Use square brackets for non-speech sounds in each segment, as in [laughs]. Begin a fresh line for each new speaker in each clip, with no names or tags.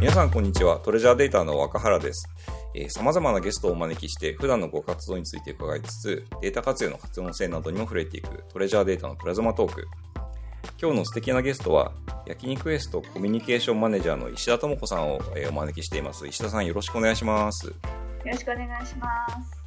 皆さんこんにちは。トレジャーデータの若原です。えー、様々なゲストをお招きして、普段のご活動について伺いつつ、データ活用の活用性などにも触れていく、トレジャーデータのプラズマトーク。今日の素敵なゲストは、焼肉エストコミュニケーションマネージャーの石田智子さんをえーお招きしています。石田さんよろしくお願いします。
よろしくお願いします。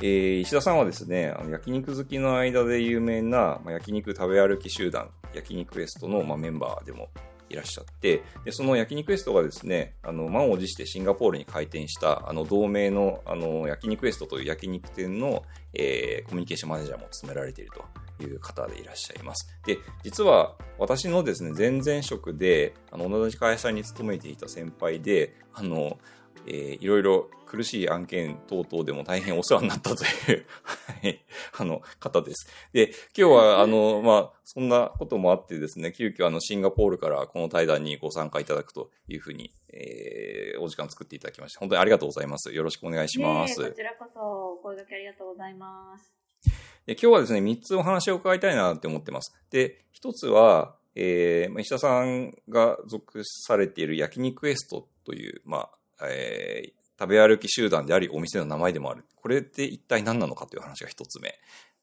えー石田さんはですね、あの焼肉好きの間で有名な、まあ、焼肉食べ歩き集団、焼肉エストの、まあ、メンバーでもいらっしゃって、でその焼肉エストがですね、あの満を持してシンガポールに開店したあの同盟のあの焼肉エストという焼肉店の、えーコミュニケーションマネージャーも務められていると。いう方でいらっしゃいます。で、実は私のですね、前々職で、あの、同じ会社に勤めていた先輩で、あの、えーいろいろ苦しい案件等々でも大変お世話になったという、はい、あの、方です。で、今日は、あの、まあ、そんなこともあってですね、急遽あの、シンガポールからこの対談にご参加いただくというふうに、えーお時間作っていただきまして、本当にありがとうございます。よろしくお願いしま
いえいえ
す
こ。ちらこそお声掛けありがとうございます。
で今日はですね、3つお話を伺いたいなって思ってます。で、1つは、えーまあ石田さんが属されている焼肉エストという、まあ、えー食べ歩き集団であり、お店の名前でもある。これって一体何なのかという話が1つ目。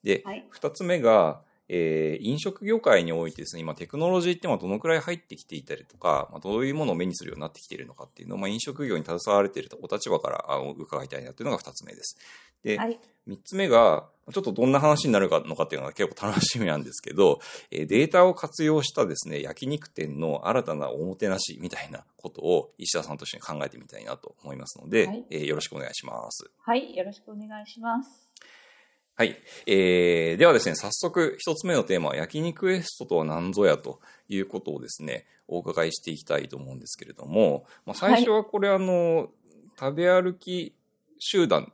で、
はい。
2つ目が、えー飲食業界においてですね、今テクノロジーってまあどのくらい入ってきていたりとか、まあ、どういうものを目にするようになってきているのかっていうのを、まあ、飲食業に携われているお立場からあ伺いたいなというのが2つ目です。で、
はい。
三つ目が、ちょっとどんな話になるのかっていうのが結構楽しみなんですけど、えーデータを活用したですね、焼肉店の新たなおもてなしみたいなことを石田さんと一緒に考えてみたいなと思いますので、
はい
えーよろしくお願いします。
はい。よろしくお願いします。
はい。えーではですね、早速一つ目のテーマは焼肉エストとは何ぞやということをですね、お伺いしていきたいと思うんですけれども、まあ、最初はこれ、あの、食べ歩き集団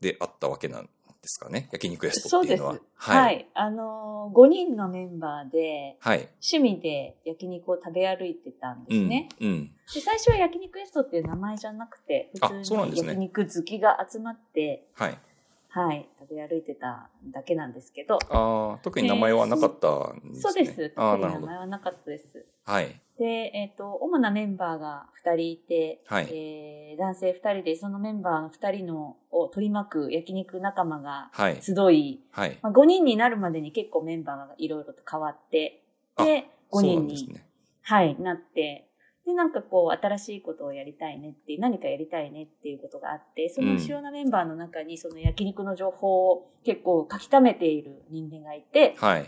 であったわけなんですかね、焼肉エスト
そ
っ
う
てい
で
う
す。
のは
は。い、あのー、5人のメンバーで、
はい。
趣味で焼肉を食べ歩いてたんで
う
す
ん。
ね、
うん。
で。最初は焼肉エストっていう名前じゃなくて、
あ
普通
そうなん
に
ですね
焼肉好きが集まって、
はい。
はい、食べ歩いてただけなんですけど、
ああ、特に名前はなかったんですね。
そうです。
ああ、
特に
なるほ
名
ど
前。はなかったです。
はい。
で、えっ、と、主なメンバーが2人いて、
はい
えー男性2人で、そのメンバー2人のを取り巻く焼肉仲間が
はい。
集い、
はい。
まあ、5人になるまでに結構メンバーがいろいろと変わって、で、
そ
5
うな
人
んです
に、
ね。
はい、なって、で、なんかこう、新しいことをやりたいねって、何かやりたいねっていうことがあって、その主要なメンバーの中に、その焼肉の情報を結構書き溜めている人間がいて、
はい。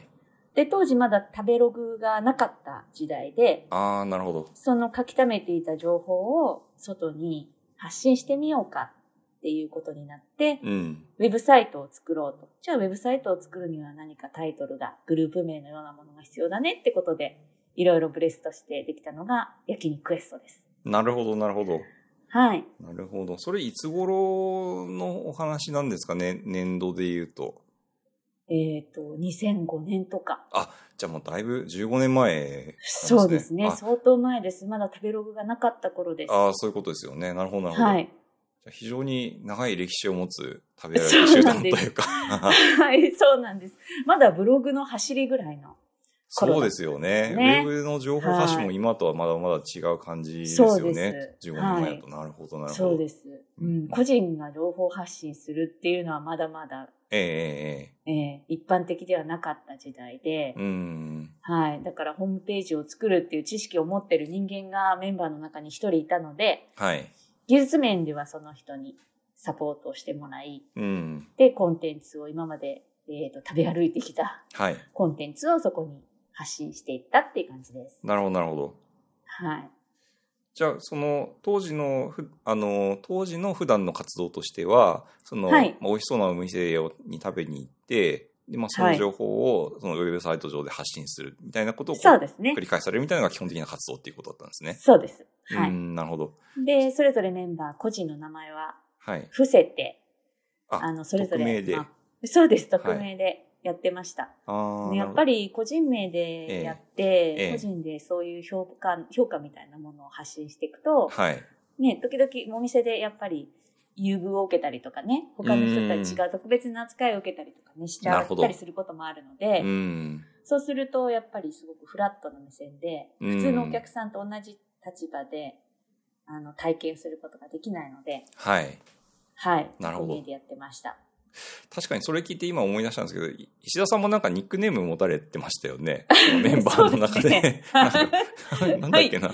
で、当時まだ食べログがなかった時代で、
ああ、なるほど。
その書き溜めていた情報を外に発信してみようかっていうことになって、
うん。
ウェブサイトを作ろうと。じゃあウェブサイトを作るには何かタイトルが、グループ名のようなものが必要だねってことで、いろいろブレストしてできたのが焼肉エストです。
なるほど、なるほど。
はい。
なるほど。それいつ頃のお話なんですかね、年度で言うと。
えっ、と、2005年とか。
じゃあもうだいぶ15年前
そうですね。
あ
相当前です。まだ食べログがなかった頃です。
ああ、そういうことですよね。なるほど、なるほど。
はい。
じゃあ非常に長い歴史を持つ食べ歩き集団というか。
はい、そうなんです。まだブログの走りぐらいの。
[laughs] そうですよね。
ね
ウェブの情報発信も今とはまだまだ違う感じですよ
そ
ね
うで。
15
す
年前だと。なるほど、なるほど。
そうです、うん。個人が情報発信するっていうのはまだまだ、
えええ
えー一般的ではなかった時代で
えええ、うん。
はい。だからホームページを作るっていう知識を持ってる人間がメンバーの中に一人いたので、
はい。
技術面ではその人にサポートをしてもらい、
うん。
で、コンテンツを今まで、えーと食べ歩いてきた
はい。
コンテンツをそこに発信していったっていう感じです。
なるほど、なるほど。
はい。
じゃあ、その、当時のふ、あの、当時の普段の活動としては、その、
はい
まあ、美味しそうなお店をに食べに行って、で、まあ、その情報を、そのウェブサイト上で発信するみたいなことをこう
そうですね
繰。り返されるみたいなのが基本的な活動っていうことだったんですね。
そうです。は
う
い。
ん、なるほど。
で、それぞれメンバー、個人の名前は
はい。
伏せて、
あ
あの、それぞ
匿
れ。
名で
まあそうです、
い
匿名でやってました。
あー
でやっぱり個人名でやって、
ええ
個人でそういう評価、評価みたいなものを発信していくと、
はい。
ね、時々お店でやっぱり優遇を受けたりとかね、他の人とは違う特別な扱いを受けたりとかね、しち
な
ゃ
るほ
っ
ど
たりすることもあるので、
うん。
そうするとやっぱりすごくフラットな目線で、
うん
普通のお客さんと同じ立場で、あの、体験することができないので、
はい。
はい。
なるほど
コンビニでやってました。
確かにそれ聞いて今思い出したんですけど、い石田さんもなんかニックネーム持たれてましたよね。そのメンバーの中で。
[laughs] そうで
なん
す
か
ね
なんだっけな。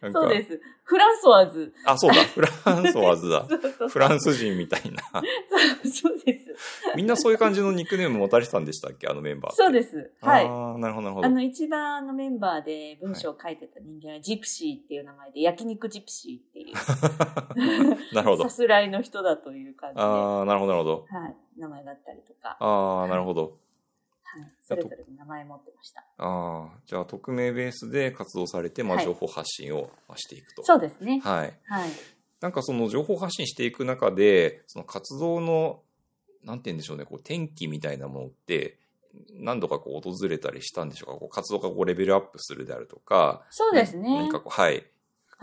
なんか
そうです。フランソワーズ。
あ、そうだ。フランソワーズだ
そ。うそう
フランス人みたい
[laughs]
な。
そうそうです。
みんなそういう感じのニックネーム持たれてたんでしたっけあのメンバー。
そうです。はい。
ああ、なるほど、なるほど
あ。の、一番あのメンバーで文章を書いてた人間はジプシーっていう名前で、焼肉ジプシーって
[laughs]
い
なるほ
う、さ
ど。
すらいの人だという感じで、は
ああ、なるほど、なるほど。
い、名前だったりとか、
ああ、なるほど。
はい、それぞれの名前持ってました。
ああ、じゃあ匿名ベースで活動されて、まあ、
はい
情報発信をまあしていくと。
そうですね。
はい。
はい。
なんかその情報発信していく中で、その活動の、なんて言うんでしょうね、こう、転機みたいなものって、何度かこう訪れたりしたんでしょうかこう活動がこうレベルアップするであるとか、
そうですね。
何かこう、はい。こう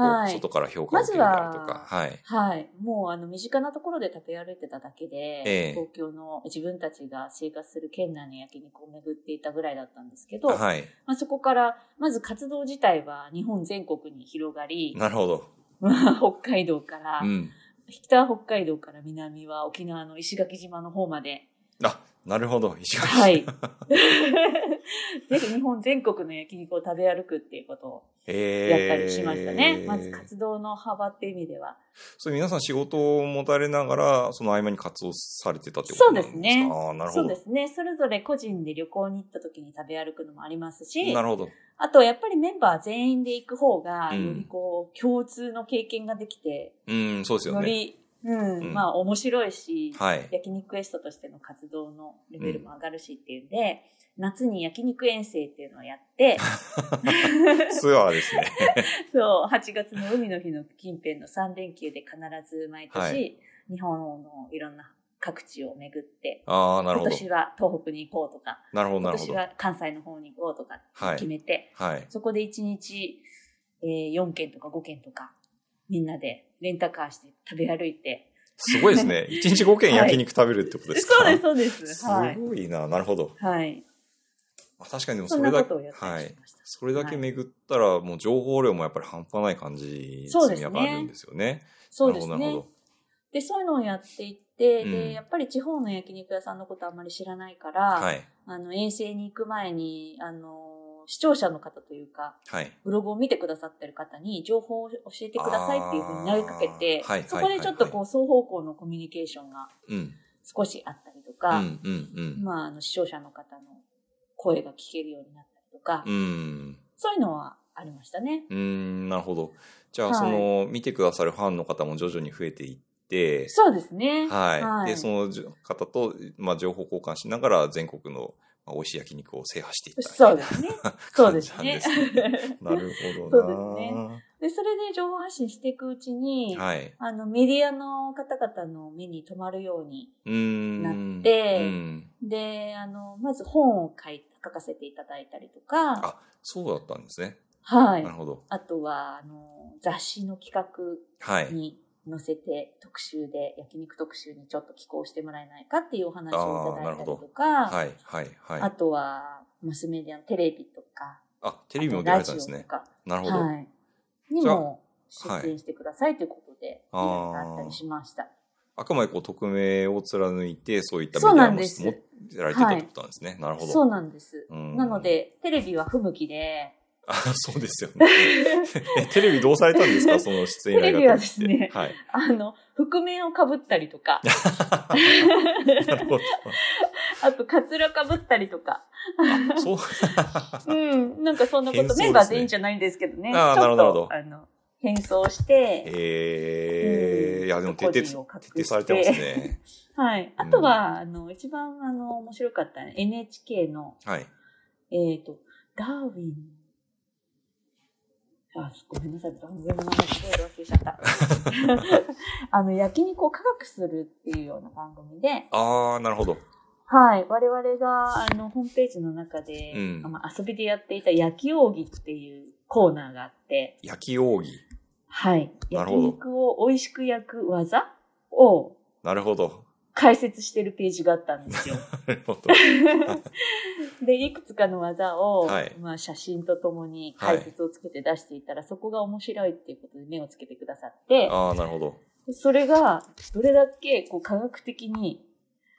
はい
外から評価を受けるであるとか、
まず
はい。
はい。もう、あの、身近なところで食べ歩いてただけで、
ええ
東京の自分たちが生活する県内の焼肉を巡っていたぐらいだったんですけど、ま
はい。
あ、そこから、まず活動自体は日本全国に広がり、
なるほど。
まあ [laughs] 北海道から、
うん。
北北海道から南は沖縄の石垣島の方まで、
あ、なるほど。石垣 [laughs]
は。い。ぜひ日本全国の焼肉を食べ歩くっていうことをやったりしましたね。
えー
まず活動の幅っていう意味では。
それ皆さん仕事を持たれながら、その合間に活動されてたってことなんですか
そうですね
ああ、なるほ
そう
ど
で。すね。それぞれ個人で旅行に行った時に食べ歩くのもありますし
な、るほど。
あとやっぱりメンバー全員で行く方が、
うん
よりこう、共通の経験ができて、
うん、そうですよ
よ
ね。
り、うん、
うん
まあ面白いし、
はい。
焼肉エストとしての活動のレベルも上がるしっていうんで、夏に焼肉遠征っていうのを
[laughs]
やって、
ツアーですね。
そう、8月の海の日の近辺の3連休で必ず毎年、
は
日本のいろんな各地を巡って、
ああ、なるほ
今
ど。
年は東北に行こうとか、
なるほど、な
今
るほ
年
ど。
は関西の方に行こうとか
はい
決めて、
はい。
そこで1日、えー4軒とか5軒とか、みんなでレンタカーして食べ歩いて。
すごいです
[laughs]
ね。1日5軒焼肉食べるってことですか
そうです、そうです。
す
はい。
ごいな。なるほど。
はい。
まあ確かにでも
そ
そ
ん
れ
な
だけ、
ことをやった
は
りし
い。
ました。
それだけ
はい
巡ったら、もう情報量もやっぱり半端ない感じ、
そうですね
やっぱあるんですよね。
そうです
なるほど、なる
ね
ほ。
で、そういうのをやっていって、
うん
で、やっぱり地方の焼肉屋さんのことあんまり知らないから、
ど。はい。
あの、遠征に行く前に、あの、視聴者の方というか、
はい。
ブログを見てくださってる方に情報を教えてくださいっていうふうに投げかけて、
あーはい
そこでちょっとこう、双方向のコミュニケーションが
うん。
少しあったりと
う
か、
ん、うん、うん。
まあ、あの、視聴者の方の声が聞けるようになったりとか、
うん。
そういうのはありましたね。
うーん、なるほど。じゃあ、
はい
その、見てくださるファンの方も徐々に増えていって、
そうですね。
はい。で、そ
そ
のじょ方と、まあ、情報交換しながら、全国の、まあ、美味しい焼肉を制覇していった。[laughs]
うですね。そうですね。
感じなんですねなるほどな。
そうですで、それで情報発信していくうちに、
はい。
あの、メディアの方々の目に留まるように
うーん。
なって
うん。
で、あの、まず本を書い書かせていただいたりとか、
あ、そうだったんですね。
は
ないる。ほど。
あとは、あの、雑誌の企
は
画
い。
に載せて、特集で、焼肉特集にちょっと寄稿してもらえないかっていうお話をいただいたりとか、
はい、はい、
あ
はい。
とは、マスメディアのテレビとか、
あ、テ
テ
レビも出られたんですね。
か、
なるほど。
はい。に
じゃあ
も出演してくださいということで、依
はい
頼があったりしました。
あくまでこう、匿名を貫いて、そういったメ
そう
ディ
な
ア
ん
も
です
持ってられてたってことなんですね。なるほど。
そうなんです。
うん
なので、テレビは不向き
[laughs]
で、
あそうですよね。えテレビどうされたんです
[laughs]
かその出演依頼が
テレビはですね
はい。
あの、覆面をかぶったりと
[laughs]
か、
なるほど。
あと、カツラかぶったりとか。
あそう。 [laughs]
うん。なんかそんなこ
変装で
と、
すね
メンバー全員じゃないんですけどね。
あー
ちょっと
なるほどなるほど
あの、変装して、
ええ
うん
いや、でも徹
個
底、徹
人を隠して
底されてます
[laughs]
ね。
はい。あとは、あの、一番、あの、面白かった NHK の、
はい。
えっ、と、ダーウィン。あ、ごめんなさい。番組の名前すごい忘れち
[laughs]
ゃった。あの、焼肉を科学するっていうような番組で、
ああ、なるほど。
はい。我々が、あの、ホームページの中で、
うん
まあ遊びでやっていた焼き扇っていうコーナーがあって、
焼き扇。
はい。
なるほ
焼
ど
肉を美味しく焼く技を、
なるほど。
解説してるページがあったんで
[laughs]
すよ。
なるほど。
で、いくつかの技を、
はい
まあ、写真とともに解説をつけて出していたら、そこが面白いっていうことで目をつけてくださって、
ああ、なるほど。
それがどれだけこう科学的に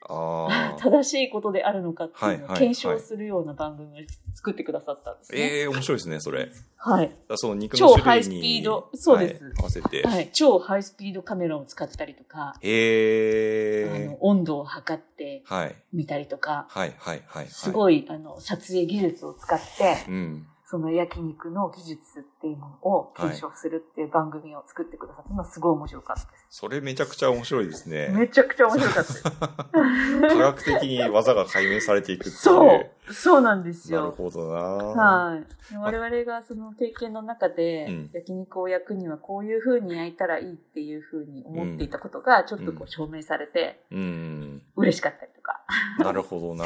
あ
[laughs]
あ。
正しいことであるのかっていうの
はい
を
はい
検証するような番組を作ってくださったんですね。
ええー、面白いですね、それ。だか
はい。
らその肉
超
の種
ハイ
類
ス
に
ピードそうです
はい合わせて。
はい。超ハイスピードカメラを使ったりとか、
へ
あ
え
の。温度を測って
はい。
みたりとか、
はい、はい、はい。
す
い。
ごい、あの、撮影技術を使って、
うん。
その焼肉の技術っていうのを検証するっていう番組を作ってくださって、のはすごい面白かったです。
それめちゃくちゃ面白いですね。
めちゃくちゃ面白かったです。
科学的に技が解明されてい [laughs] くっていう。
そう、そうなんです
なる
よ。
ほどな
はい。我々がその経験の中で
うん、
焼肉を焼くにはこういう風に焼いたらいいっていう風に思っていたことが、ちょっとこ
うん
う証明されて、
うん。
嬉しかったりとか。
なるほど
[laughs]
な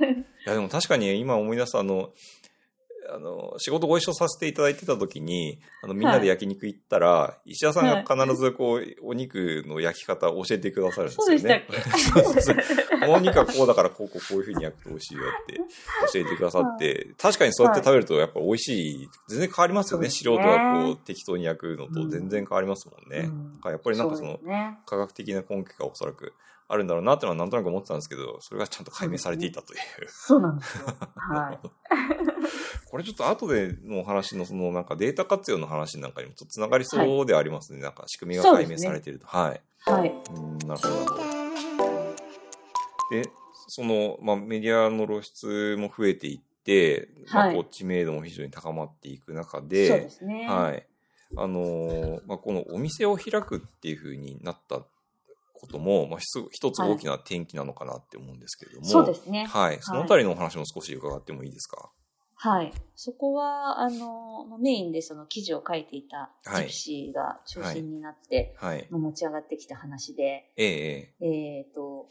いや、でも確かに今思い出したあの、あの、仕事ご一緒させていただいてた時に、あの、みんなで焼肉行ったら、石田さんが必ずこう、お肉の焼き方を教えてくださるんです
そう
よ
でしたっ
ね。
け
そう [laughs] そうそうこのお肉はこうだから、こう、こう、こういう風に焼くと美味しいよって教えてくださって、確かにそうやって食べるとやっぱ美味しい。全然変わりますよね。
そうです
素
ね
人がこう、適当に焼くのと全然変わりますもんね。
うん
だからやっぱりなんかその、
うですね。
科学的な根拠がおそらくあるんだろうなってのはなんとなく思ってたんですけど、それがちゃんと解明されていたという。
そうなんですよ。
[laughs]
はい。
これちょっと後でのお話のそのなんかデータ活用の話なんかにもちょっとつながりそうではありますね。なんか仕組みが解明されていると。はい。
はい。
うん、なるほどなるほど。で、その、まあ、メディアの露出も増えていって、ま
は
あ、
い
こう知名度も非常に高まっていく中で、
そうですね。
はい。あのーまあ、このお店を開くっていうふうになったことも、まあ、ひつ一つ大きな転機なのかなって思うんですけれども、
そうですね。
はい。そのあたりのお話も少し伺ってもいいですか。
はい。そこは、あの、メインでその記事を書いていた
はい
ジプシーが中心になって、
はい。
まあ持ち上がってきた話で、
ええ
えっ、と、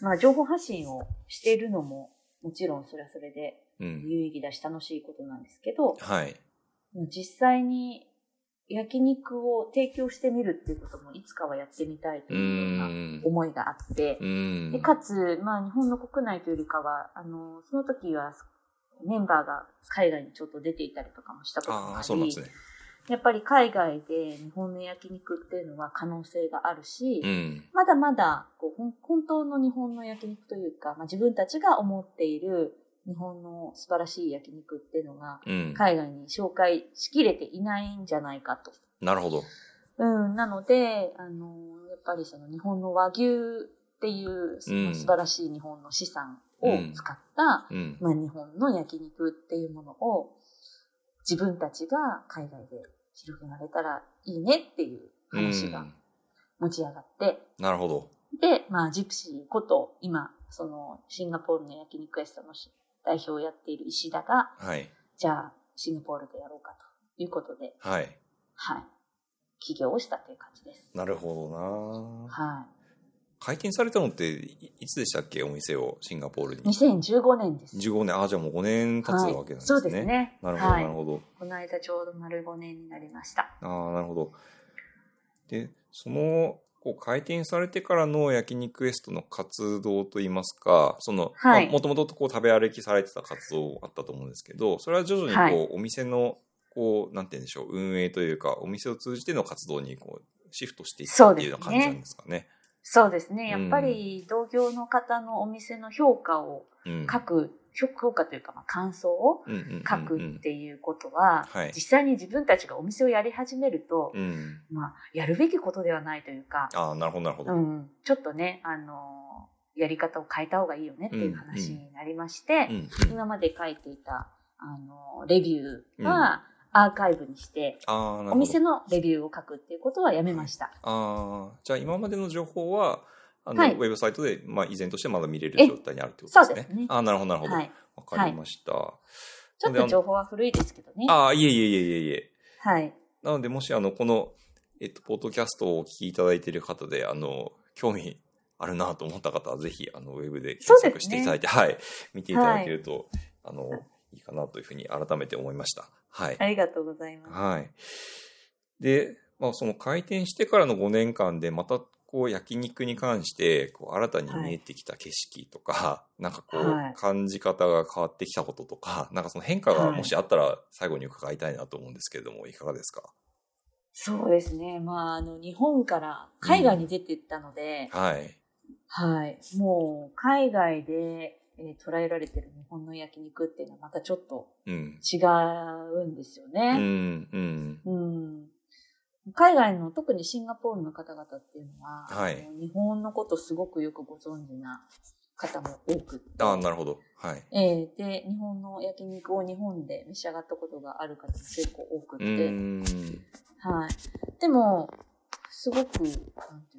まあ、情報発信をしているのも、もちろんそれはそれで
ええうん。
有意義だし楽しいことなんですけど、
はい。
実際に焼肉を提供してみるっていうこともいつかはやってみたいと
うー。
いうようなん思いがあって
う、ん。
でかつ、まあ、日本の国内というよりかは、あの、その時はメンバーが海外にちょっと出ていたりとかもしたことも
あ
あ
あ、そうなん
り
です、ね。
やっぱり海外で日本の焼肉っていうのは可能性があるし、
うん。
まだまだこうほん本当の日本の焼肉というか、まあ、自分たちが思っている日本の素晴らしい焼肉っていうのが
うん。
海外に紹介しきれていないんじゃないかと。
なるほど。
うん、なので、あのやっぱりその日本の和牛っていうその素晴らしい日本の資産を使った、
うん。
まあ、日本の焼肉っていうものを自分たちが海外で広げられたらいいねっていう話
う
が
ん
持ち上がって、
なるほど。
で、まあ、ジプシーこと、今、その、シンガポールの焼肉エストの代表をやっている石田が、
はい。
じゃあ、シンガポールでやろうかということで、
はい。
はい。起業をしたという感じです。
なるほどな
は
解禁されたのっていいつでしたっけお店をシンガポールに
い。。2015年です。
15年、ああ、じゃあもう5年経つ
はい
わけなんですね。
そうですね。
なるほど、
は
ないるほど。
この間ちょうど丸5年になりました。
ああ、なるほど。で、その、こう、開店されてからの焼肉エストの活動といいますか、その、
はい
もともとこう、食べ歩きされてた活動あったと思うんですけど、それは徐々にこう、
はい
お店の、こう、なんて言うんでしょう、運営というか、お店を通じての活動に、こう、シフトしていったっていうような感じなんですかね。
そうですね。
う
や
ん
っぱり、同業の方のお店の評価を
うん。
書く、評価というか、まあ、感想を
うんうんうんうん
書くっていうことは、
はい
実際に自分たちがお店をやり始めると、
うん。
まあ、やるべきことではないというか、
ああ、なるほど、なるほど。
うん、ちょっとね、あのーやり方を変えた方がいいよねっていう話になりまして、
うんうん
今まで書いていた、あのーレビューはアーカイブにして、
ああ、なるほど。
お店のレビューを書くっていうことはやめました。
ああ、じゃあ今までの情報は、あの、
はい
ウェブサイトで、まあ、依然としてまだ見れる
え
状態にあるってことです
そう
ね。
ですね
ああ、なるほど、なるほど。わ、
はい、
かりました。
ちょっ
な
と
んであ
情報は古いですけどね。
のああ、いえいえいえいえいえ。
はい、
なので、もし、あの、この、えっと、ポッドキャストをお聞きいただいている方で、あの、興味あるなと思った方は、ぜひ、あの、ウェブで検
そう
索
です
し
ね
ていただいて、はい、見ていただけると、あの、いいかなというふうに改めて思いました。はい。
ありがとうございます。
はい。で、まあ、その開店してからの5年間で、またここう焼肉に関してこう新たに見えてきた景色とか、なんかこ
はいう
感じ方が変わってきたこととか、なんかその変化が
はい
もしあったら最後に伺いたいなと思うんですけれども、いかがですか
そうですね。まあ、あの、日本から海外に出てったので、
はい。
はい。もう、海外で、えー捉えられてる日本の焼肉っていうのはまたちょっと
うん。
違うんですよ
う
ね。
ん、うん。
うん。海外の、特にシンガポールの方々っていうのは、
はい
あの日本のことすごくよくご存知な方も多くって
ああ、なるほど。はい。
えーで、日本の焼肉を日本で召し上がったことがある方も結構多くっ
う
て、
ーん。
はい。でも、すごく、なんていう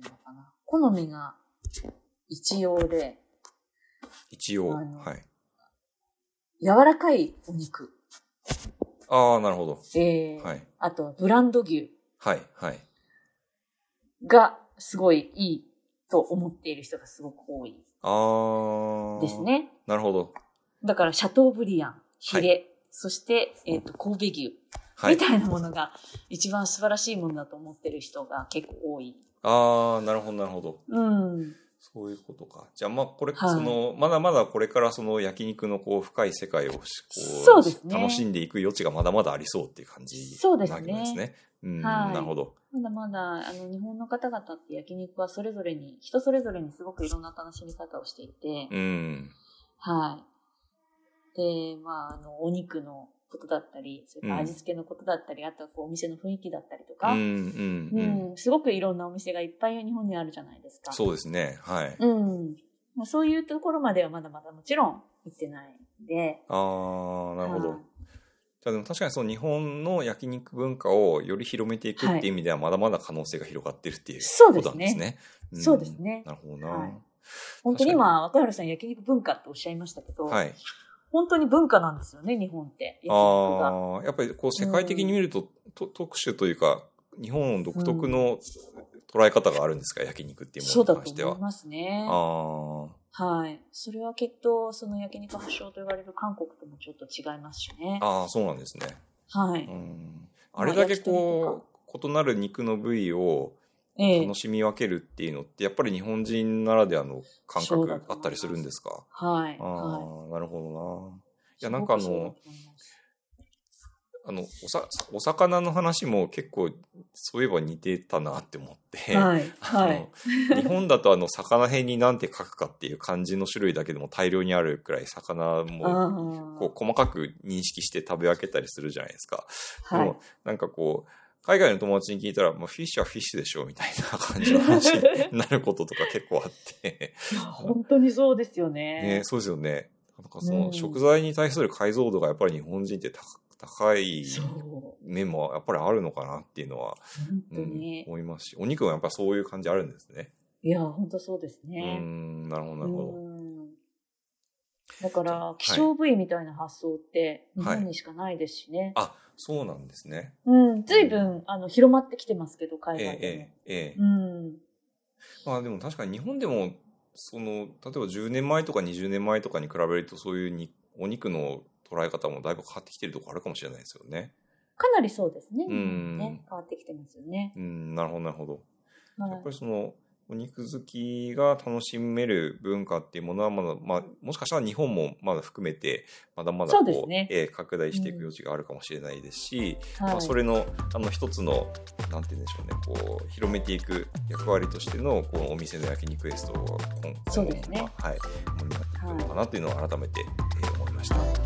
のかな、好みが一様で、
一応、
あの
はい。
柔らかいお肉、
ああ、なるほど。
えー
はい。
あとはブランド牛
はい、はい。
がすごいいいと思っている人がすごく多い
ああ。
です。ね。
なるほど。
だから、シャトーブリアン、ヒレ、
は
そして、えっ、と、神戸牛
は
み
い。
たいなものが一番素晴らしいものだと思ってる人が結構多い。
ああ、なるほど、なるほど。
うん。
そういうことか。じゃあ、まあ、これ、
はい
その、まだまだこれからその焼肉のこう、深い世界をし、こ
そうですね
楽しんでいく余地がまだまだありそうっていう感じ
そうですね
なわけなんですね。うん、
はい
なるほど。
まだまだ、あの、日本の方々って焼肉はそれぞれに、人それぞれにすごくいろんな楽しみ方をしていて、
うん。
はい。で、まあ、あの、お肉のことだったり、それから
うん
味付けのことだったり、あとはこう、お店の雰囲気だったりと
うん、う
か、うん、
ん、うん。
すごくいろんなお店がいっぱい日本にあるじゃないですか。
そうですね。はい。
うん。まあ、そういうところまではまだまだもちろん行ってないんで、
ああ、なるほど。
はい
じゃあでも確かにその日本の焼肉文化をより広めていくっていう意味ではまだまだ可能性が広がってるっていう
そう
こ
で
と
す
なんです
ね。
ね。ん
そうですね
なるほどな。
はい本当に今、若原さん焼肉文化っておっしゃいましたけど、
はい。
本当に文化なんですよね、日本って。焼肉が。
ああ、やっぱりこう世界的に見ると,と、特殊というか、日本独特の捉え方があるんですか、焼肉っていう
そう
もの
だ
に関
と
して
思
は。
いますね。
あ
はい。それはきっと、その焼肉発祥と言われる韓国ともちょっと違いますしね
あ、。ああ、そうなんですね。
は
う
い。
ん。
まあ
あれだけ
焼き鳥
こう、異なる肉の部位を
ええ
楽。しみ分けるっていうのって、やっぱり日本人ならではの感
そうだ
覚
と思いま
あ
す
ったりするんですか
はい。
ああ、
は
なるほどな。
い。
いや、なんかあ
すごくそうだ
の
と、思います
あの、おさ、お魚の話も結構、そういえば似てたなって思って。
はい。
あ
はい
の。日本だとあの魚辺に何て書くかっていう漢字の種類だけでも大量にあるくらい魚も
あ
こう細かく認識して食べ分けたりするじゃないですか。
あ。は
で
い
も。なんかこう海外の友達に聞いたら、まあ、フィッシュはフィッシュでしょみたいな感じの話になることとか結構あって、
いや本当にそうですよ [laughs] ね
ね、。そうですよね。なんかそうの
ん
食材に対する解像度がやっぱり日本人って高高い
そう。本
面もやっぱりあるのかなっていうのは、う
当
ん
に。
思いますしお肉もやっぱそういう感じあるんですね。
いや、本当そうです
う
ね。
んなるほどな
う
るほど。
ん。だか
は
ら
い、
希少部位みたいな発想って、日
はい
本にしかないですしね。
あ、そうなんですね。
うん、ずいぶん、あの、広まってきてますけど、海
ええ
外でも。
ええええ
うん。
まあでも確かに日本でも、その、例えば10年前とか20年前とかに比べると、そういうにお肉の捉え方もだいぶ変わってきてるところあるかもしれないですよね。
かなりそうですね。
うん
ね変わってきてますよね。
うん、なるほど、なるほど。
はい
やっぱりその、お肉好きが楽しめる文化っていうものはまだ、まあ、もしかしたら日本もまだ含めて、まだまだこ
そうですね
ええ拡大していく余地があるかもしれないですし、ま
は
あ、
い。
それのあの一つのなんて言うんでしょうねこう広めていく役割としてのこのお店の焼肉エストを今
そうですね
今後ははい、盛り上がっていくのかなというのを改めて、えー思いました。
はい